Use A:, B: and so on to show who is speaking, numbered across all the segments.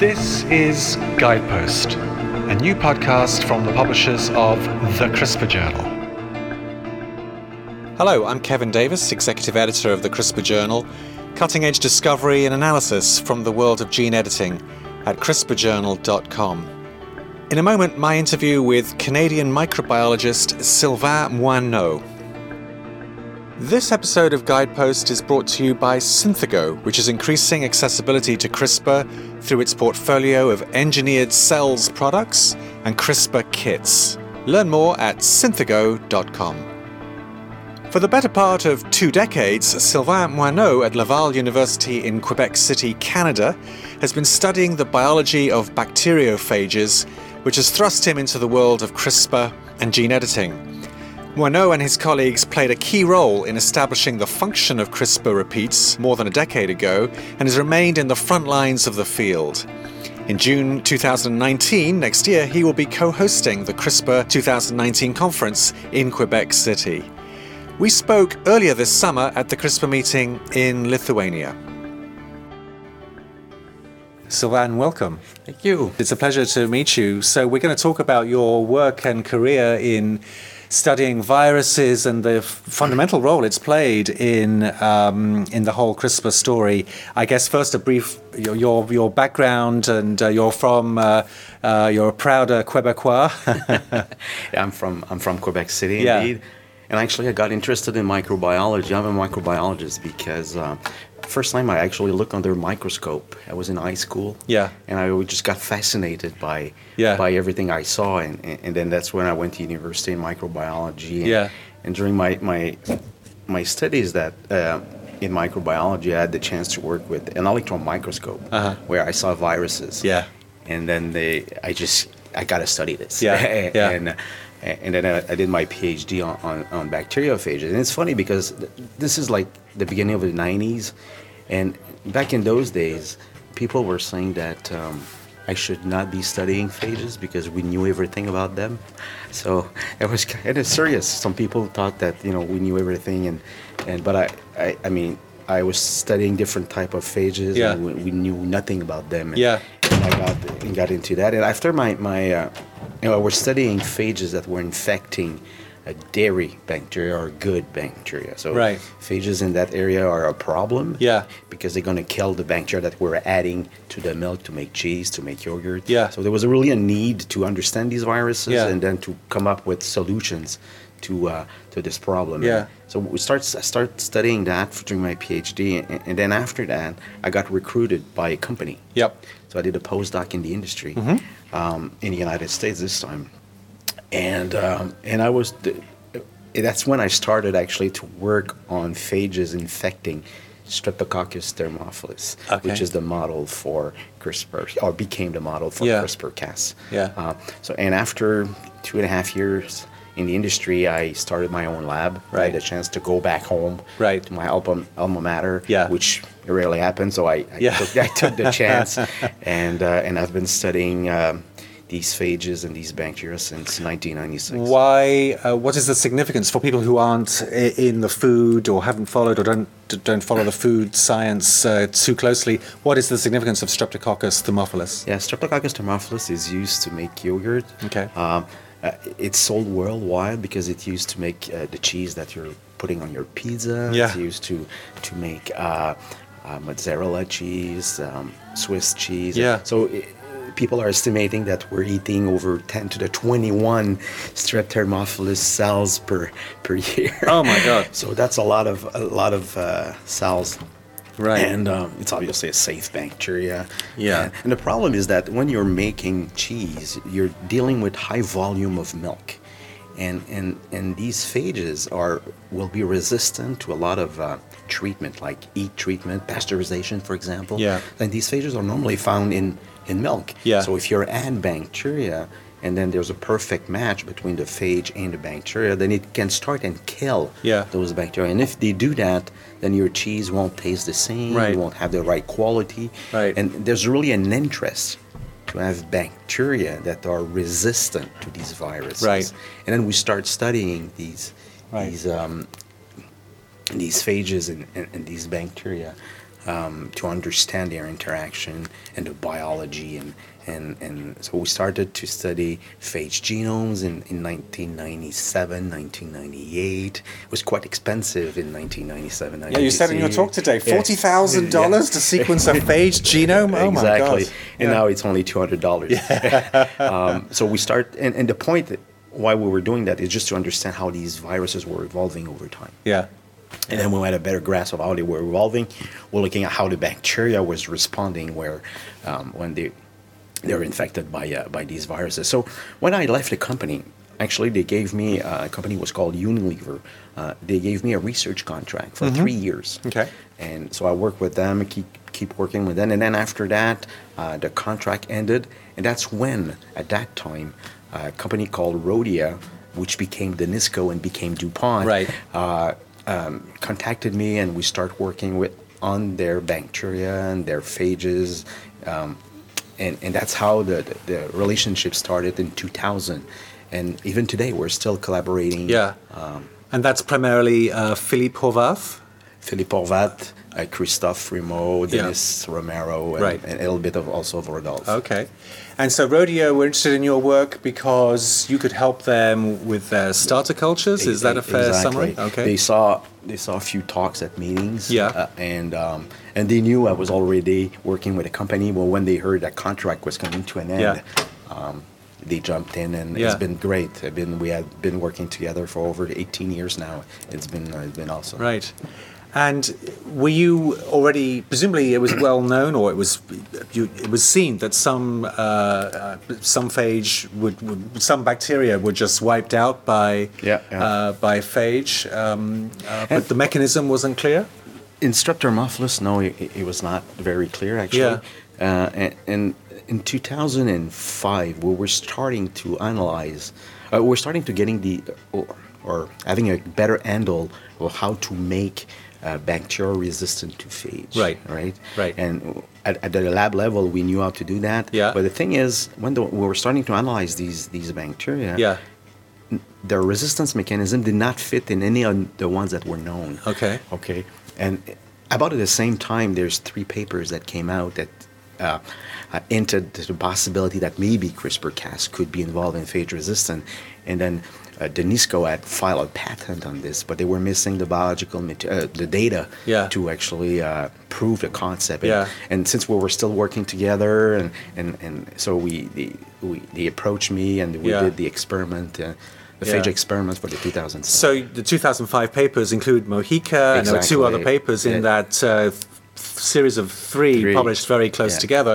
A: This is Guidepost, a new podcast from the publishers of The CRISPR Journal.
B: Hello, I'm Kevin Davis, Executive Editor of the CRISPR Journal, cutting edge discovery and analysis from the world of gene editing at CRISPRJournal.com. In a moment, my interview with Canadian microbiologist Sylvain Moineau. This episode of Guidepost is brought to you by Synthago, which is increasing accessibility to CRISPR through its portfolio of engineered cells products and CRISPR kits. Learn more at synthago.com. For the better part of two decades, Sylvain Moineau at Laval University in Quebec City, Canada, has been studying the biology of bacteriophages, which has thrust him into the world of CRISPR and gene editing. Moineau and his colleagues played a key role in establishing the function of CRISPR repeats more than a decade ago and has remained in the front lines of the field. In June 2019, next year, he will be co hosting the CRISPR 2019 conference in Quebec City. We spoke earlier this summer at the CRISPR meeting in Lithuania. Sylvain, welcome.
C: Thank you.
B: It's a pleasure to meet you. So, we're going to talk about your work and career in studying viruses and the f- fundamental role it's played in um, in the whole CRISPR story. I guess first a brief your your, your background and uh, you're from uh, uh, you're a proud uh, Quebecois.
C: I'm from I'm from Quebec City
B: Yeah.
C: indeed, and actually I got interested in microbiology. I'm a microbiologist because uh, first time I actually looked under a microscope. I was in high school.
B: Yeah.
C: and I always just got fascinated by
B: Yeah.
C: by everything I saw, and, and and then that's when I went to university in microbiology. And,
B: Yeah.
C: and during my my my studies that. Uh, in microbiology, I had the chance to work with an electron microscope
B: Uh-huh.
C: where I saw viruses
B: Yeah.
C: and then they i just i gotta study this
B: Yeah, yeah.
C: and uh, and then I, I did my phd on, on, on bacteriophages and it's funny because th- this is like the beginning of the 90s and back in those days people were saying that um, i should not be studying phages because we knew everything about them so it was kind of serious some people thought that you know we knew everything and, and but I, I i mean i was studying different type of phages
B: Yeah.
C: and we, we knew nothing about them
B: Yeah.
C: and I got and got into that. And after my my, uh, you know, I was studying phages that were infecting uh, dairy bacteria or good bacteria. So
B: Right.
C: phages in that area are a problem.
B: Yeah.
C: because they're going to kill the bacteria that we're adding to the milk to make cheese to make yogurt.
B: Yeah.
C: So there was really a need to understand these viruses
B: Yeah.
C: and then to come up with solutions to uh, to this problem.
B: Yeah.
C: So we start I start studying that during my PhD, and, and then after that, I got recruited by a company.
B: Yep.
C: So I did a postdoc in the industry
B: Mm-hmm.
C: um, in the United States this time, and um, and I was that's when I started actually to work on phages infecting Streptococcus thermophilus, which
B: Okay.
C: is the model for CRISPR or became the model for
B: Yeah.
C: CRISPR-Cas.
B: Yeah.
C: Uh, so and after two and a half years. In the industry, I started my own lab. I
B: Right.
C: had a chance to go back home
B: Right.
C: to my alma, alma mater,
B: Yeah.
C: which rarely happens. So I, I
B: Yeah.
C: took, I took the chance, and uh, and I've been studying um, these phages and these bacteria since 1996.
B: Why? Uh, what is the significance for people who aren't i- in the food or haven't followed or don't d- don't follow the food science uh, too closely? What is the significance of Streptococcus thermophilus?
C: Yeah, Streptococcus thermophilus is used to make yogurt.
B: Okay.
C: Um, uh, it's sold worldwide because it's used to make uh, the cheese that you're putting on your pizza. It's
B: Yeah.
C: used to to make uh, uh, mozzarella cheese, um, Swiss cheese.
B: Yeah.
C: So. i People are estimating that we're eating over 10 to the 21 strep thermophilus cells per per year.
B: Oh my God!
C: So that's a lot of a lot of uh, cells.
B: Right.
C: And um, it's obviously a safe bacteria.
B: Yeah.
C: And, and the problem is that when you're making cheese, you're dealing with high volume of milk. And, and, and these phages are will be resistant to a lot of uh, treatment, like heat treatment, pasteurization, for example.
B: Yeah.
C: And these phages are normally found in, in milk.
B: Yeah.
C: So if you're add bacteria and then there's a perfect match between the phage and the bacteria, then it can start and kill
B: Yeah.
C: those bacteria. And if they do that, then your cheese won't taste the same,
B: Right.
C: it won't have the right quality.
B: Right.
C: And there's really an interest to have bacteria that are resistant to these viruses.
B: Right.
C: And then we start studying these
B: Right.
C: these um, these phages and, and, and these bacteria um, to understand their interaction and the biology. And, and, and so we started to study phage genomes in, in 1997, 1998. It was quite expensive in 1997.
B: Yeah, you said in your talk today, forty thousand dollars to sequence a phage genome. Oh my god!
C: exactly. And
B: Yeah.
C: now it's only two hundred dollars. um, so we start, and, and the point that why we were doing that is just to understand how these viruses were evolving over time.
B: yeah,
C: And then when we had a better grasp of how they were evolving, we're looking at how the bacteria was responding where um, when they they were infected by uh, by these viruses. So when I left the company, actually they gave me uh, a company was called Unilever. Uh, they gave me a research contract for three years.
B: Okay.
C: And so I worked with them, keep keep working with them, and then after that, uh, the contract ended, and that's when at that time, a company called Rhodia, which became Danisco and became DuPont,
B: Right.
C: uh, um, contacted me, and we start working with on their bacteria and their phages. Um, and, and that's how the, the, the relationship started in 2000. And even today, we're still collaborating.
B: yeah.
C: Um,
B: and that's primarily uh, Philippe Horvath.
C: Philippe Horvat, uh, Christophe Rimo,
B: Yeah.
C: Dennis Romero, and,
B: Right.
C: and a little bit of also of Rodolphe.
B: Okay, and so Rodeo, we're interested in your work because you could help them with their starter cultures. Is that a fair
C: Exactly.
B: summary? Okay.
C: They saw they saw a few talks at meetings.
B: Yeah.
C: uh, and um, and they knew I was already working with a company. Well, when they heard that contract was coming to an end,
B: Yeah.
C: um, they jumped in, and
B: Yeah.
C: it's been great. I've been we have been working together for over 18 years now. It's been uh, it's been awesome.
B: Right. And were you already presumably it was well known or it was you, it was seen that some uh, uh, some phage would, would some bacteria were just wiped out by
C: Yeah, yeah.
B: Uh, by phage, um, uh, but the mechanism wasn't clear.
C: Instructor Muffless, no, it, it was not very clear actually. Uh, and, and in 2005, we were starting to analyze, uh, we're starting to getting the, or, or having a better handle of how to make uh, bacteria resistant to phage.
B: Right.
C: Right.
B: Right.
C: And at, at the lab level, we knew how to do that.
B: Yeah.
C: But the thing is, when the, we were starting to analyze these these bacteria,
B: Yeah.
C: their resistance mechanism did not fit in any of the ones that were known.
B: Okay.
C: Okay. And about at the same time, there's three papers that came out that uh, uh, entered the possibility that maybe CRISPR-Cas could be involved in phage resistance. And then uh, Danisco had filed a patent on this, but they were missing the biological mate- uh, the data
B: Yeah.
C: to actually uh, prove the concept. And,
B: Yeah.
C: and since we were still working together, and, and, and so we they, we they approached me and we
B: Yeah.
C: did the experiment. Uh, the
B: Yeah.
C: phage experiment for the 2000s.
B: So the 2005 papers include Mohica, and there were two
C: Exactly.
B: other papers in
C: Yeah.
B: that uh, th- series of three,
C: Three.
B: published very close
C: Yeah.
B: together.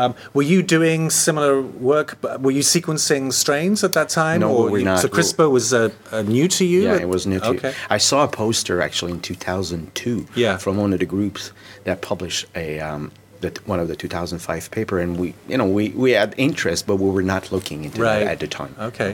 B: Um, were you doing similar work? b- Were you sequencing strains at that time?
C: No, we were
B: you-
C: not.
B: So
C: We-
B: CRISPR was uh, uh, new to you?
C: Yeah,
B: at-
C: it was new to
B: okay.
C: I saw a poster actually in 2002
B: Yeah.
C: from one of the groups that published a um, the, one of the 2005 paper, and we you know we, we had interest, but we were not looking into
B: Right.
C: that at the time.
B: Okay.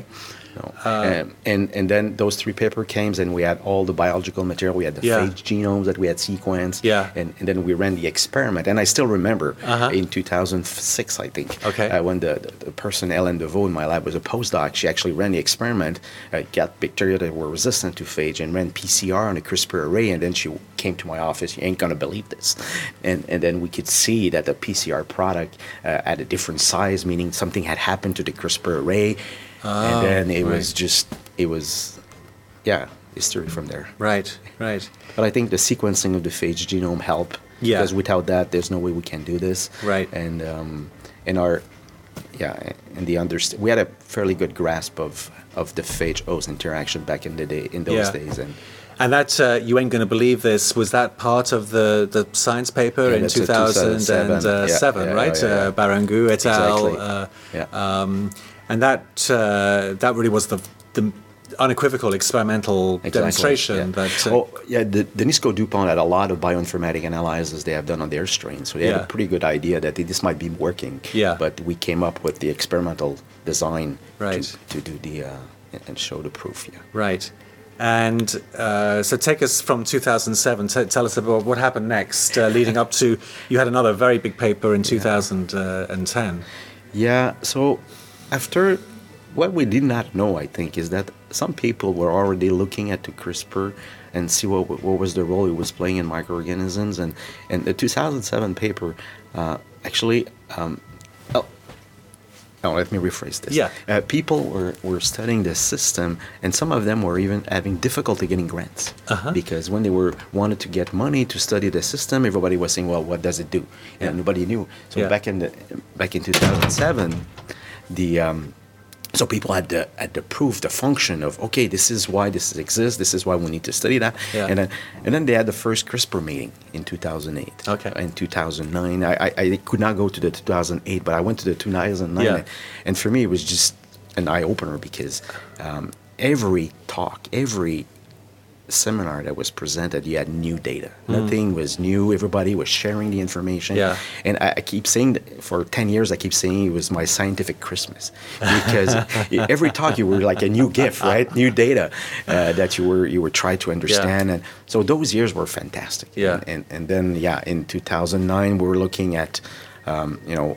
C: No.
B: Uh,
C: Um, and and then those three paper came, and we had all the biological material. We had the
B: Yeah.
C: phage genomes that we had sequenced.
B: Yeah.
C: And, and then we ran the experiment, and I still remember
B: Uh-huh.
C: in 2006, I think.
B: Okay.
C: Uh, when the, the, the person Ellen DeVoe in my lab was a postdoc, she actually ran the experiment, uh, got bacteria that were resistant to phage, and ran PCR on a CRISPR array, and then she came to my office. You ain't gonna believe this, and and then we could see that the PCR product uh, had a different size, meaning something had happened to the CRISPR array
B: Ah. Oh,
C: and then it was just it was yeah history from there
B: Right, right.
C: but i think the sequencing of the phage genome help
B: Yeah.
C: because without that there's no way we can do this
B: Right.
C: and um and our yeah and the underst- we had a fairly good grasp of of the phage host interaction back in the day in those
B: Yeah.
C: days and
B: And that, uh, you ain't going to believe this, was that part of the, the science paper
C: Yeah,
B: in
C: that's a 2007,
B: 2007,
C: yeah, yeah,
B: uh, right?
C: yeah, yeah.
B: Uh, Barangu et al.
C: Exactly.
B: Uh,
C: Yeah.
B: um, and that, uh, that really was the, the unequivocal experimental demonstration
C: yeah.
B: that. Uh,
C: oh yeah, the, the Nisco Dupont had a lot of bioinformatic analysis they have done on their strain, so they had
B: Yeah.
C: a pretty good idea that this might be working.
B: Yeah.
C: But we came up with the experimental design
B: Right.
C: to, to do the uh, and- and show the proof. Yeah.
B: Right. And uh, so take us from 2007. T- tell us about what happened next, uh, leading up to you had another very uh, big paper in 2010.
C: Yeah. So after What we did not know, I think, is that some people were already looking at the CRISPR and see what, what was the role it was playing in microorganisms. And, and the 2007 paper uh, actually um, no, let me rephrase this.
B: Yeah.
C: Uh, people were, were studying the system, and some of them were even having difficulty getting grants
B: Uh-huh.
C: because when they were wanted to get money to study the system, everybody was saying, "Well, what does it do?" And
B: Yeah.
C: nobody knew. So
B: Yeah.
C: back in the back in 2007, the um, so people had to had to prove the function of okay, this is why this exists. This is why we need to study that.
B: Yeah.
C: And then and then they had the first CRISPR meeting in 2008.
B: Okay.
C: In 2009, I, I I could not go to the 2008, but I went to the 2009.
B: Yeah.
C: And for me, it was just an eye opener because um, every talk, every seminar that was presented, you had new data. Nothing was new. Everybody was sharing the information.
B: Mm-hmm. Yeah.
C: And I, I keep saying that for 10 years, I keep saying it was my scientific Christmas because e, every talk you were like a new gift, right? New data uh, that you were you were trying to understand. And so those years were fantastic.
B: Yeah.
C: And, and, and then, yeah, in 2009, we were looking at, um, you know,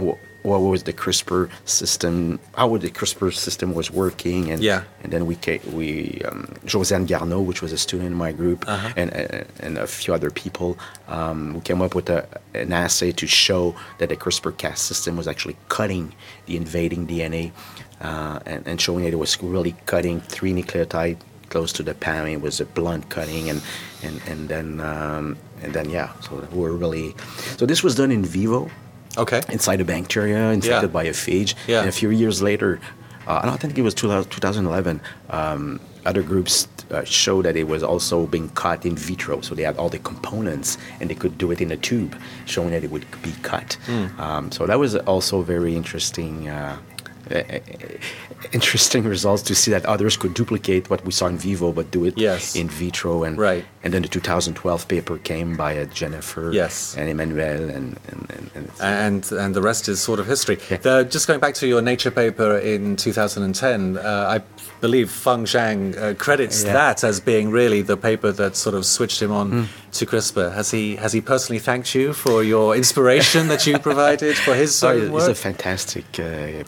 C: wh- what was the CRISPR system? How would the CRISPR system was working? And
B: Yeah.
C: and then we ca- we um, Josiane Garneau, which was a student in my group,
B: Uh-huh.
C: and and and a few other people, um, we came up with a, an assay to show that the CRISPR-Cas system was actually cutting the invading DNA, uh, and, and showing that it was really cutting three nucleotide close to the PAM. It was a blunt cutting, and and and then um, and then yeah, so we're really so this was done in vivo
B: Okay.
C: inside a bacteria infected by a phage.
B: Yeah.
C: And a few years later, uh, I don't think it was 2000 2011, um, other groups uh, showed that it was also being cut in vitro. So they had all the components and they could do it in a tube, showing that it would be cut.
B: Hmm.
C: Um, so that was also very interesting. Uh, eh, eh, eh, interesting results to see that others could duplicate what we saw in vivo but do it
B: Yes.
C: in vitro and
B: Right.
C: and then the 2012 paper came by uh, Jennifer
B: Yes.
C: and Emmanuel and and, and, and
B: and and the rest is sort of history.
C: Yeah.
B: The, just going back to your Nature paper in 2010, uh, I believe Feng Zhang uh, credits
C: Yeah. Hmm.
B: that as being really the paper that sort of switched him on to CRISPR. Has he has he personally thanked you for your inspiration that you provided for his
C: Oh,
B: own
C: he's
B: work?
C: a fantastic uh,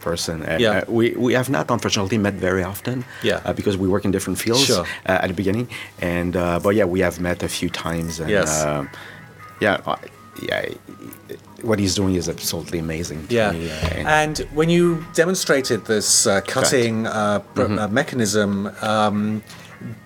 C: person. Uh,
B: Yeah.
C: uh, we, we have not, unfortunately, met very often.
B: Yeah.
C: uh, because we work in different fields
B: Sure.
C: uh, at the beginning, and uh, but yeah, we have met a few times. And,
B: Yes.
C: um, yeah. Uh, yeah. What he's doing is absolutely amazing. to
B: Yeah.
C: me, uh, and-
B: And when you demonstrated this uh, cutting uh, pr- uh,
C: Mm-hmm.
B: mechanism, um,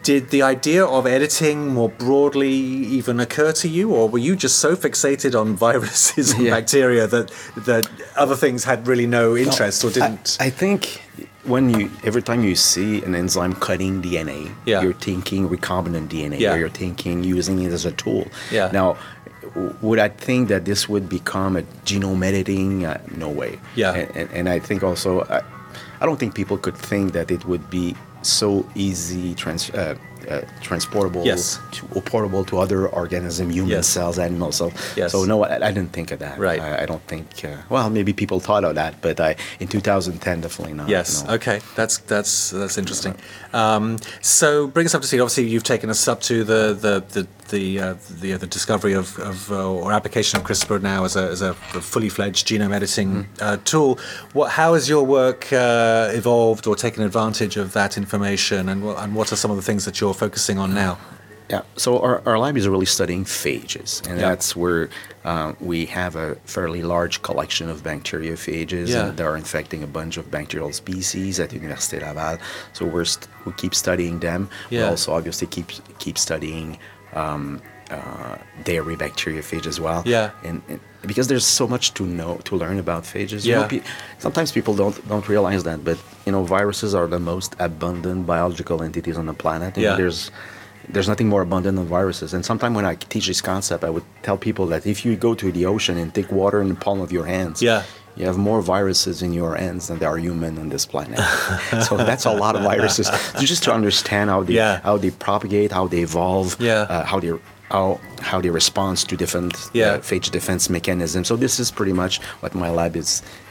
B: did the idea of editing more broadly even occur to you, or were you just so fixated on viruses and
C: Yeah.
B: bacteria that that other things had really no interest or didn't?
C: I, I think when you every time you see an enzyme cutting DNA,
B: Yeah.
C: you're thinking recombinant DNA,
B: Yeah.
C: or you're thinking using it as a tool.
B: Yeah.
C: Now, w- would I think that this would become a genome editing? Uh, no way.
B: Yeah.
C: And, and, and I think also, I, I don't think people could think that it would be so easy trans. Uh, uh, transportable
B: Yes.
C: to, or portable to other organism, human
B: Yes.
C: cells, animal cells.
B: Yes.
C: So no, I, I didn't think of that.
B: Right.
C: I, I don't think. Uh, well, maybe people thought of that, but I in 2010 definitely not.
B: Yes.
C: no.
B: Okay. That's that's that's interesting. Um, so bring us up to speed. Obviously, you've taken us up to the the the the, uh, the, uh, the discovery of, of uh, or application of CRISPR now as a, as a fully fledged genome editing
C: Mm-hmm.
B: uh, tool. What how has your work uh, evolved or taken advantage of that information, and what, and what are some of the things that you're focusing
C: Mm-hmm.
B: on now?
C: Yeah. So our, our lab is really studying phages, and
B: Yeah.
C: that's where uh, we have a fairly large collection of bacteriophages
B: Yeah.
C: and that are infecting a bunch of bacterial species at Université Laval. So we're st- we keep studying them. We
B: Yeah.
C: also obviously keep keep studying. Um, uh, dairy bacteriophage as well.
B: Yeah.
C: And, and because there's so much to know to learn about phages. You know,
B: Yeah.
C: pe- sometimes people don't don't realize that, but you know, viruses are the most abundant biological entities on the planet. And
B: Yeah.
C: There's there's nothing more abundant than viruses. And sometimes when I teach this concept, I would tell people that if you go to the ocean and take water in the palm of your hands,
B: Yeah.
C: you have more viruses in your hands than there are human on this planet. so that's a lot of viruses. So just to understand how they
B: Yeah.
C: how they propagate, how they evolve,
B: Yeah.
C: uh, how they how how they respond to different uh,
B: Yeah.
C: phage defense mechanisms. So this is pretty much what my lab is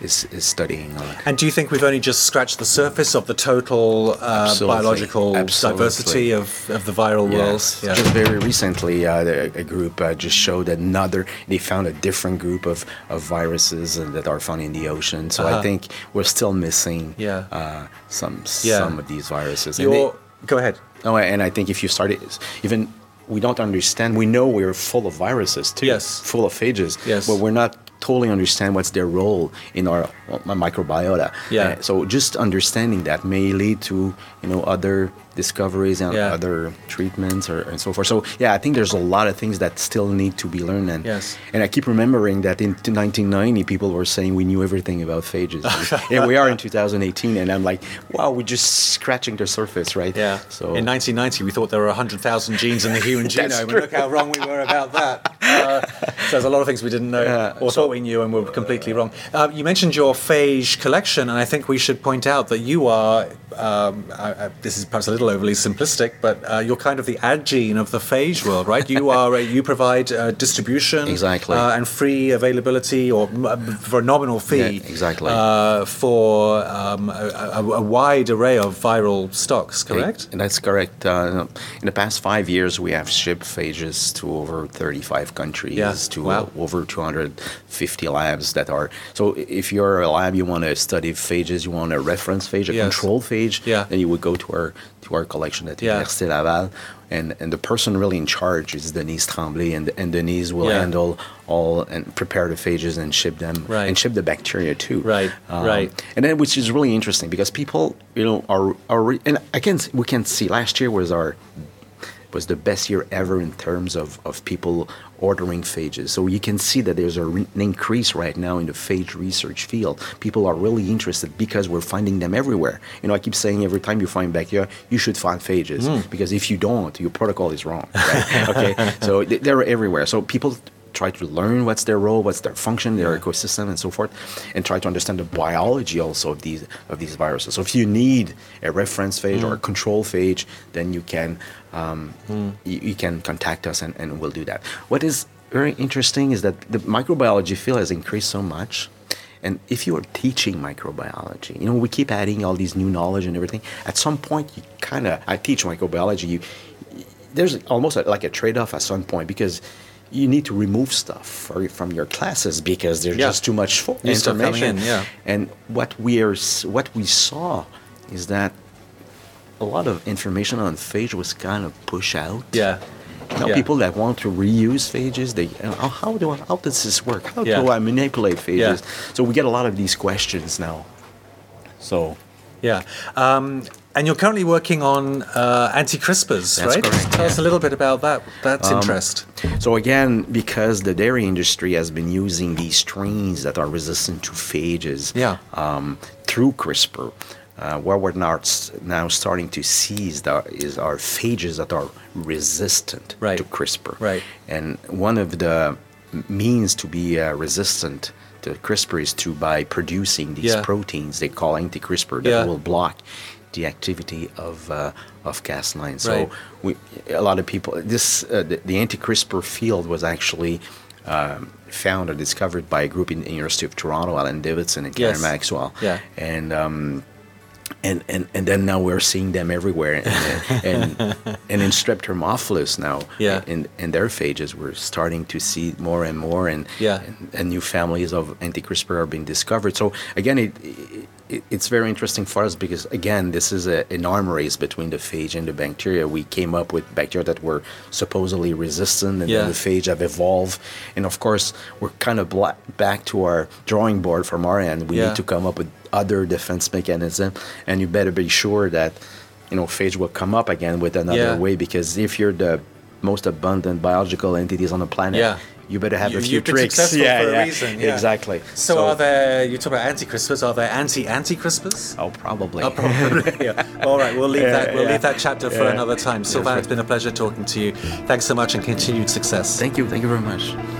C: is, is studying on.
B: And do you think we've only just scratched the surface of the total uh,
C: Absolutely.
B: biological
C: Absolutely.
B: diversity of, of the viral world?
C: Yes. Just very recently, uh, the- a group uh, just showed another. They found a different group of, of viruses uh, that are found in the ocean. So
B: Uh-huh.
C: I think we're still missing
B: Yeah.
C: uh, some
B: Yeah.
C: some of these viruses. And
B: Your, go ahead.
C: they- no, Oh, and I think if you started even. We don't understand. We know we're full of viruses too,
B: Yes.
C: full of phages,
B: Yes.
C: but we're not totally understand what's their role in our uh, microbiota.
B: Yeah.
C: Uh, so just understanding that may lead to you know other discoveries and
B: Yeah.
C: other treatments or and so forth. So yeah, I think there's a lot of things that still need to be learned. And
B: Yes.
C: and I keep remembering that in 1990 people were saying we knew everything about phages, and we are in 2018. And I'm like, wow, we're just scratching the surface, right?
B: Yeah.
C: So
B: in 1990, we thought there were 100,000 genes in the human
C: That's
B: genome, and
C: true.
B: look how wrong we were about that. Uh, so there's a lot of things we didn't know
C: Yeah.
B: or thought we knew, and we were completely wrong. Uh, you mentioned your phage collection, and I think we should point out that you are. Um, I, I, this is perhaps a little overly simplistic, but uh, you're kind of the ad gene of the phage world, right? You are. A, you provide uh, distribution
C: Exactly.
B: uh, and free availability, or m- uh, for a nominal fee,
C: Yeah, exactly.
B: uh, for um, a, a, a wide array of viral stocks. Correct.
C: And that's correct. Uh, in the past five years, we have shipped phages to over 35 countries,
B: Yeah.
C: to
B: Wow.
C: over 250 labs that are. So i- if you're a lab, you want to study phages, you want a reference phage, a
B: Yes.
C: control phage,
B: Yeah.
C: then you would go to our to our collection at
B: Yeah.
C: Université Laval. And, and the person really in charge is Denise Tremblay, and, and Denise will
B: Yeah.
C: handle all and prepare the phages and ship them
B: Right.
C: and ship the bacteria too. Um,
B: Right, right.
C: And then, which is really interesting because people, you know, are are re- and I can we can see last year was our was the best year ever in terms of of people ordering phages. So you can see that there's a re- an increase right now in the phage research field. People are really interested because we're finding them everywhere. You know, I keep saying every time you find bacteria, you should find phages
B: Hmm.
C: because if you don't, your protocol is wrong. Right? okay, so they- they're everywhere. So people try to learn what's their role, what's their function, their ecosystem, and so forth, and try to understand the biology also of these of these viruses. So if you need a reference phage or a control phage, then you can um, you, you can contact us and, and we'll do that. What is very interesting is that the microbiology field has increased so much. And if you are teaching microbiology, you know, we keep adding all these new knowledge and everything. At some point, you kind of, I teach microbiology, you, there's almost a, like a trade-off at some point because you need to remove stuff for, from your classes because there's
B: Yeah.
C: just too much fo-
B: New stuff coming
C: information.
B: in, yeah.
C: And what we are, s- what we saw, is that a lot of information on phage was kind of pushed out.
B: Yeah.
C: Now
B: Yeah.
C: people that want to reuse phages, they you know, how, how do I, how does this work? How do
B: Yeah.
C: I manipulate phages?
B: Yeah.
C: So we get a lot of these questions now. So
B: Yeah. Um, and you're currently working on uh, anti CRISPRs,
C: That's
B: right?
C: correct,
B: Tell us a
C: yeah. Um,
B: little bit about that. That's interest.
C: So again, because the dairy industry has been using these strains that are resistant to phages
B: Yeah.
C: um, through CRISPR, uh, what we're now, now starting to see is, that, is our phages that are resistant
B: Right.
C: to CRISPR.
B: Right.
C: And one of the m- means to be uh, resistant to CRISPR is to by producing these
B: Yeah.
C: proteins they call anti-CRISPR that
B: Yeah.
C: will block the activity of uh, of Cas9. So
B: Right.
C: we, a lot of people. This uh, the, the anti-CRISPR field was actually um, found or discovered by a group in the University of Toronto, Alan Davidson and Karen
B: Yes.
C: Maxwell.
B: Yeah.
C: And um, and, and and then now we're seeing them everywhere, and and, and in Streptomophilus now,
B: Yeah.
C: in in their phages, we're starting to see more and more, and
B: Yeah.
C: and, and new families of anti-CRISPR are being discovered. So again, it, it it's very interesting for us because again, this is a, an arm race between the phage and the bacteria. We came up with bacteria that were supposedly resistant, and
B: Yeah.
C: then the phage have evolved, and of course, we're kind of bla- back to our drawing board from our end. We
B: Yeah.
C: need to come up with other defense mechanism, and you better be sure that you know phage will come up again with another
B: Yeah.
C: way because if you're the most abundant biological entities on the planet,
B: Yeah.
C: you better have
B: You-
C: a few
B: you've been
C: tricks.
B: successful for a reason, yeah.
C: exactly.
B: So, uh, are there, you talk about anti CRISPRs, are there anti anti CRISPRs?
C: Oh, probably.
B: Oh, probably. yeah. All right, we'll leave that. We'll
C: yeah.
B: leave that chapter for
C: Yeah.
B: another time. Sylvain, it's been a pleasure talking to you. Thanks so much, and continued success.
C: Thank you. Thank you very much.